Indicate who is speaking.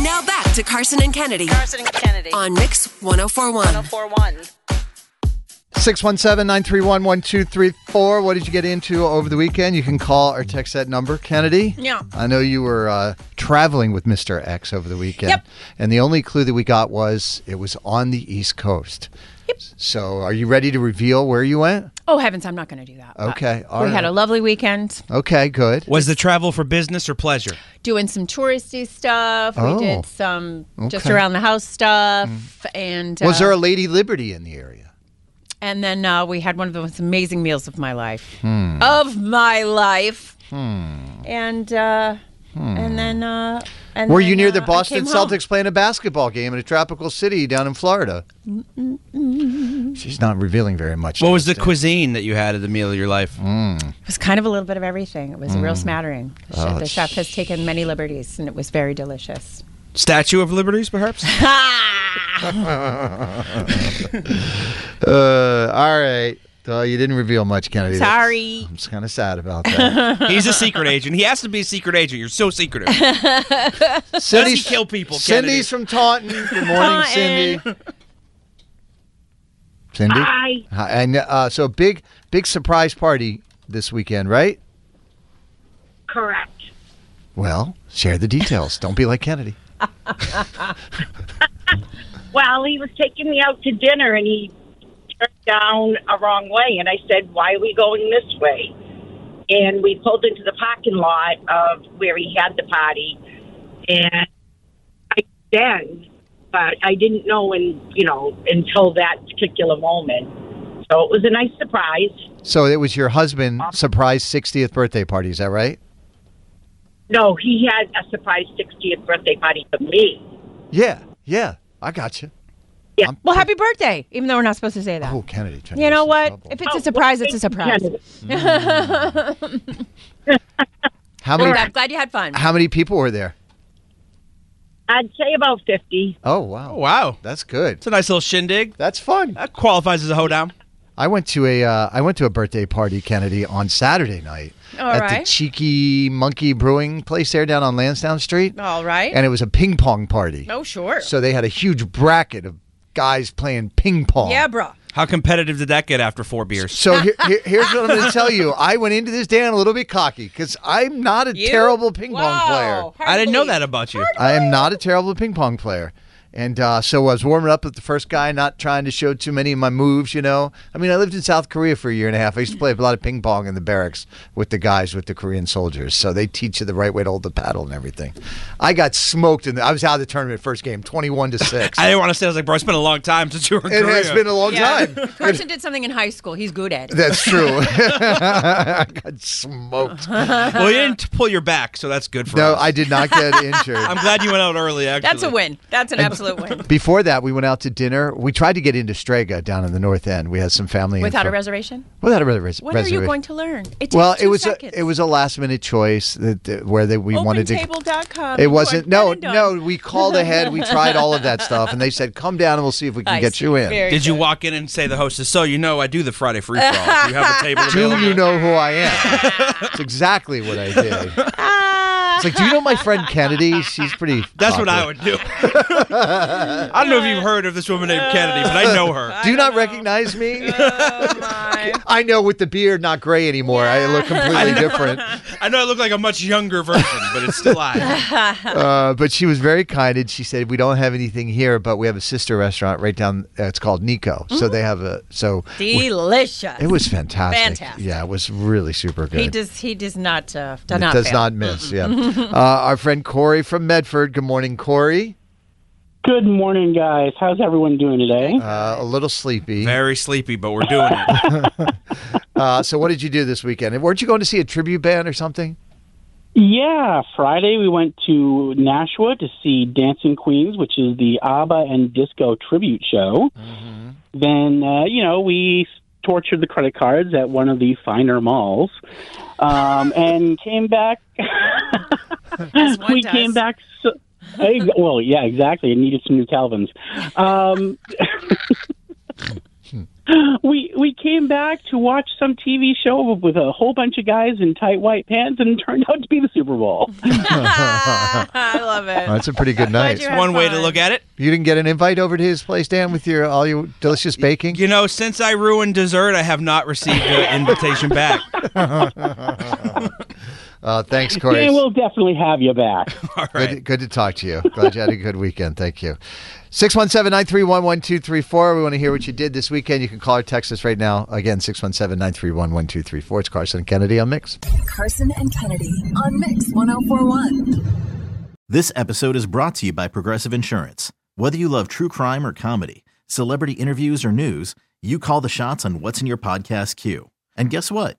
Speaker 1: Now back to Carson and Kennedy
Speaker 2: Carson and Kennedy.
Speaker 1: on Mix 1041.
Speaker 2: 1041.
Speaker 3: 617-931-1234. What did you get into over the weekend? You can call or text that number, Kennedy.
Speaker 2: Yeah.
Speaker 3: I know you were uh, traveling with Mr. X over the weekend.
Speaker 2: Yep.
Speaker 3: And the only clue that we got was it was on the East Coast. Yep. So are you ready to reveal where you went?
Speaker 4: Oh heavens, I'm not going to do that. but
Speaker 3: Okay, all
Speaker 4: Uh, we had
Speaker 3: right.
Speaker 4: a lovely weekend
Speaker 3: Okay, good.
Speaker 5: Was the travel for business or pleasure?
Speaker 4: doing some touristy stuff.
Speaker 3: Oh.
Speaker 4: We did some just
Speaker 3: Okay. Mm.
Speaker 4: around the house stuff, and
Speaker 3: Was
Speaker 4: uh,
Speaker 3: there a Lady Liberty in the area?
Speaker 4: and then uh, we had one of the most amazing meals of my life,
Speaker 3: Hmm.
Speaker 4: of my life, and uh, and then uh, and
Speaker 3: Hmm. Were
Speaker 4: then,
Speaker 3: you near
Speaker 4: uh,
Speaker 3: the
Speaker 4: I
Speaker 3: Boston
Speaker 4: came home.
Speaker 3: Celtics playing a basketball game in a tropical city down in Florida? She's not revealing very much.
Speaker 5: What
Speaker 3: to
Speaker 5: was the
Speaker 3: us, Dan.
Speaker 5: cuisine that you had at the meal of your life?
Speaker 4: It was kind of a little bit of everything. It was a
Speaker 3: Hmm.
Speaker 4: real smattering. The, chef, the chef has taken many liberties, and it was very delicious.
Speaker 5: Statue of Liberties, perhaps?
Speaker 3: Uh, all right. Uh, you didn't reveal much, Kennedy. That's-
Speaker 4: Sorry.
Speaker 3: I'm just kind of sad about that.
Speaker 5: He's a secret agent. He has to be a secret agent. You're so secretive.
Speaker 3: Cindy's
Speaker 5: kill people,
Speaker 3: Cindy's from
Speaker 5: Kennedy?
Speaker 3: Taunton. Good morning, Cindy. Cindy. Hi. And uh, so big, big surprise party this weekend, right?
Speaker 6: Correct.
Speaker 3: Well, share the details. Don't be like Kennedy.
Speaker 6: Well, he was taking me out to dinner and he turned down a wrong way. And I said, Why are we going this way? And we pulled into the parking lot of where he had the party. And I then, but I didn't know in, you know, until that particular moment. So it was a nice surprise.
Speaker 3: So it was your husband' surprise 60th birthday party. Is that right?
Speaker 6: No, he had a surprise 60th birthday party for me.
Speaker 3: Yeah. Yeah. I got you.
Speaker 4: Well, happy birthday! Even though we're not supposed to say that.
Speaker 3: Oh, Kennedy. trying to
Speaker 4: You
Speaker 3: get us
Speaker 4: know
Speaker 3: in
Speaker 4: what?
Speaker 3: trouble.
Speaker 4: If
Speaker 6: Oh,
Speaker 4: it's a surprise, it's a surprise.
Speaker 3: How
Speaker 4: But
Speaker 3: many?
Speaker 4: I'm glad you had fun.
Speaker 3: How many people were there?
Speaker 6: I'd say about 50.
Speaker 3: Oh wow.
Speaker 5: Oh, wow.
Speaker 3: That's good.
Speaker 5: It's a nice little shindig.
Speaker 3: That's fun.
Speaker 5: That qualifies as a hoedown.
Speaker 3: I went to a uh, I went to a birthday party, Kennedy, on Saturday night
Speaker 4: All
Speaker 3: at the
Speaker 4: right.
Speaker 3: Cheeky Monkey Brewing place there down on Lansdowne Street,
Speaker 4: All right.
Speaker 3: and it was a ping pong party.
Speaker 4: oh, sure.
Speaker 3: So they had a huge bracket of guys playing ping pong.
Speaker 4: yeah, bro.
Speaker 5: How competitive did that get after four beers?
Speaker 3: So here, here- here's what I'm going to tell you. I went into this Dan a little bit cocky because I'm not a
Speaker 4: You?
Speaker 3: terrible ping pong
Speaker 4: Wow.
Speaker 3: player.
Speaker 4: Hard
Speaker 5: I
Speaker 4: to
Speaker 5: didn't know
Speaker 4: believe.
Speaker 5: that about you.
Speaker 3: I am not a terrible ping pong player. And uh, so I was warming up with the first guy, not trying to show too many of my moves, you know. I mean, I lived in South Korea for a year and a half. I used to play a lot of ping pong in the barracks with the guys, with the Korean soldiers. So they teach you the right way to hold the paddle and everything. I got smoked, and I was out of the tournament first game, 21 to 6.
Speaker 5: I didn't want to say, I was like, bro, it's been a long time since you were in
Speaker 3: it
Speaker 5: Korea.
Speaker 3: has been a long time.
Speaker 4: Carson did something in high school. He's good at it.
Speaker 3: That's true. I got smoked.
Speaker 5: well, you didn't pull your back, so that's good for
Speaker 3: No,
Speaker 5: us.
Speaker 3: I did not get injured.
Speaker 5: I'm glad you went out early, actually.
Speaker 4: That's a win. That's an absolute win.
Speaker 3: Before that, we went out to dinner. We tried to get into Strega down in the North End. We had some family
Speaker 4: Without a
Speaker 3: info-
Speaker 4: reservation?
Speaker 3: Without a res-
Speaker 4: What are
Speaker 3: reservation.
Speaker 4: you going to learn? It takes
Speaker 3: well, it
Speaker 4: two
Speaker 3: was a,
Speaker 4: seconds.
Speaker 3: it was a last minute choice that, that- where they, we wanted to.
Speaker 4: OpenTable.com.
Speaker 3: It wasn't.
Speaker 4: You
Speaker 3: No,
Speaker 4: are done and
Speaker 3: no.
Speaker 4: done.
Speaker 3: We called ahead. We tried all of that stuff, and they said, "Come down, and we'll see if we can
Speaker 4: I
Speaker 3: get
Speaker 4: see.
Speaker 3: you in."
Speaker 4: Very
Speaker 5: Did you
Speaker 4: good.
Speaker 5: walk in and say to the hostess, so you know I do the Friday free for all. Do you have a table
Speaker 3: Do
Speaker 5: available?
Speaker 3: you know who I am? That's exactly what I did.
Speaker 4: Ah,
Speaker 3: It's like, do you know my friend Kennedy? She's pretty.
Speaker 5: That's what
Speaker 3: popular.
Speaker 5: I would do. I don't know if you've heard of this woman named Kennedy, but I know her.
Speaker 3: Do you not recognize me?
Speaker 4: Oh
Speaker 3: I know with the beard not gray anymore. I look completely different.
Speaker 5: I know I look like a much younger version, but it's still I.
Speaker 3: Uh, but she was very kind, and she said, "We don't have anything here, but we have a sister restaurant right down. Uh, it's called Nico. So
Speaker 4: Mm-hmm.
Speaker 3: they have a so
Speaker 4: Delicious.
Speaker 3: it was fantastic.
Speaker 4: Fantastic.
Speaker 3: Yeah, it was really super good.
Speaker 4: He does. He does not. Uh, does
Speaker 3: It
Speaker 4: not.
Speaker 3: does
Speaker 4: fail.
Speaker 3: not miss. Yeah. uh, our friend Corey from Medford. Good morning, Corey.
Speaker 2: Good morning, guys. How's everyone doing today?
Speaker 3: Uh, a little sleepy.
Speaker 5: Very sleepy, but we're doing it.
Speaker 3: Uh, so what did you do this weekend? And weren't you going to see a tribute band or something?
Speaker 2: yeah, Friday we went to Nashua to see Dancing Queens, which is the ABBA and disco tribute show. Then, uh, you know, we tortured the credit cards at one of the finer malls um, and came back.
Speaker 4: one
Speaker 2: we
Speaker 4: does.
Speaker 2: came back. So, Hey, well, yeah, exactly. It needed some new Calvins. Um, we we came back to watch some TV show with a whole bunch of guys in tight white pants, and it turned out to be the Super Bowl.
Speaker 4: I love it.
Speaker 3: Oh, that's a pretty good night.
Speaker 4: you
Speaker 3: You,
Speaker 4: had-
Speaker 5: One way to look at it.
Speaker 3: didn't get an invite over to his place, Dan, with your all your delicious baking.
Speaker 5: You know, since I ruined dessert, I have not received an invitation back.
Speaker 3: Uh, thanks, Corey.
Speaker 2: Dan will definitely have you back.
Speaker 5: All
Speaker 3: Good,
Speaker 5: right.
Speaker 3: good to talk to you. Glad you had a good weekend. Thank you. 617 931 1234. We want to hear what you did this weekend. You can call or text us right now. Again, 617 931 1234. It's Carson and Kennedy on Mix.
Speaker 1: Carson and Kennedy on Mix 1041.
Speaker 7: This episode is brought to you by Progressive Insurance. Whether you love true crime or comedy, celebrity interviews or news, you call the shots on what's in your podcast queue. And guess what?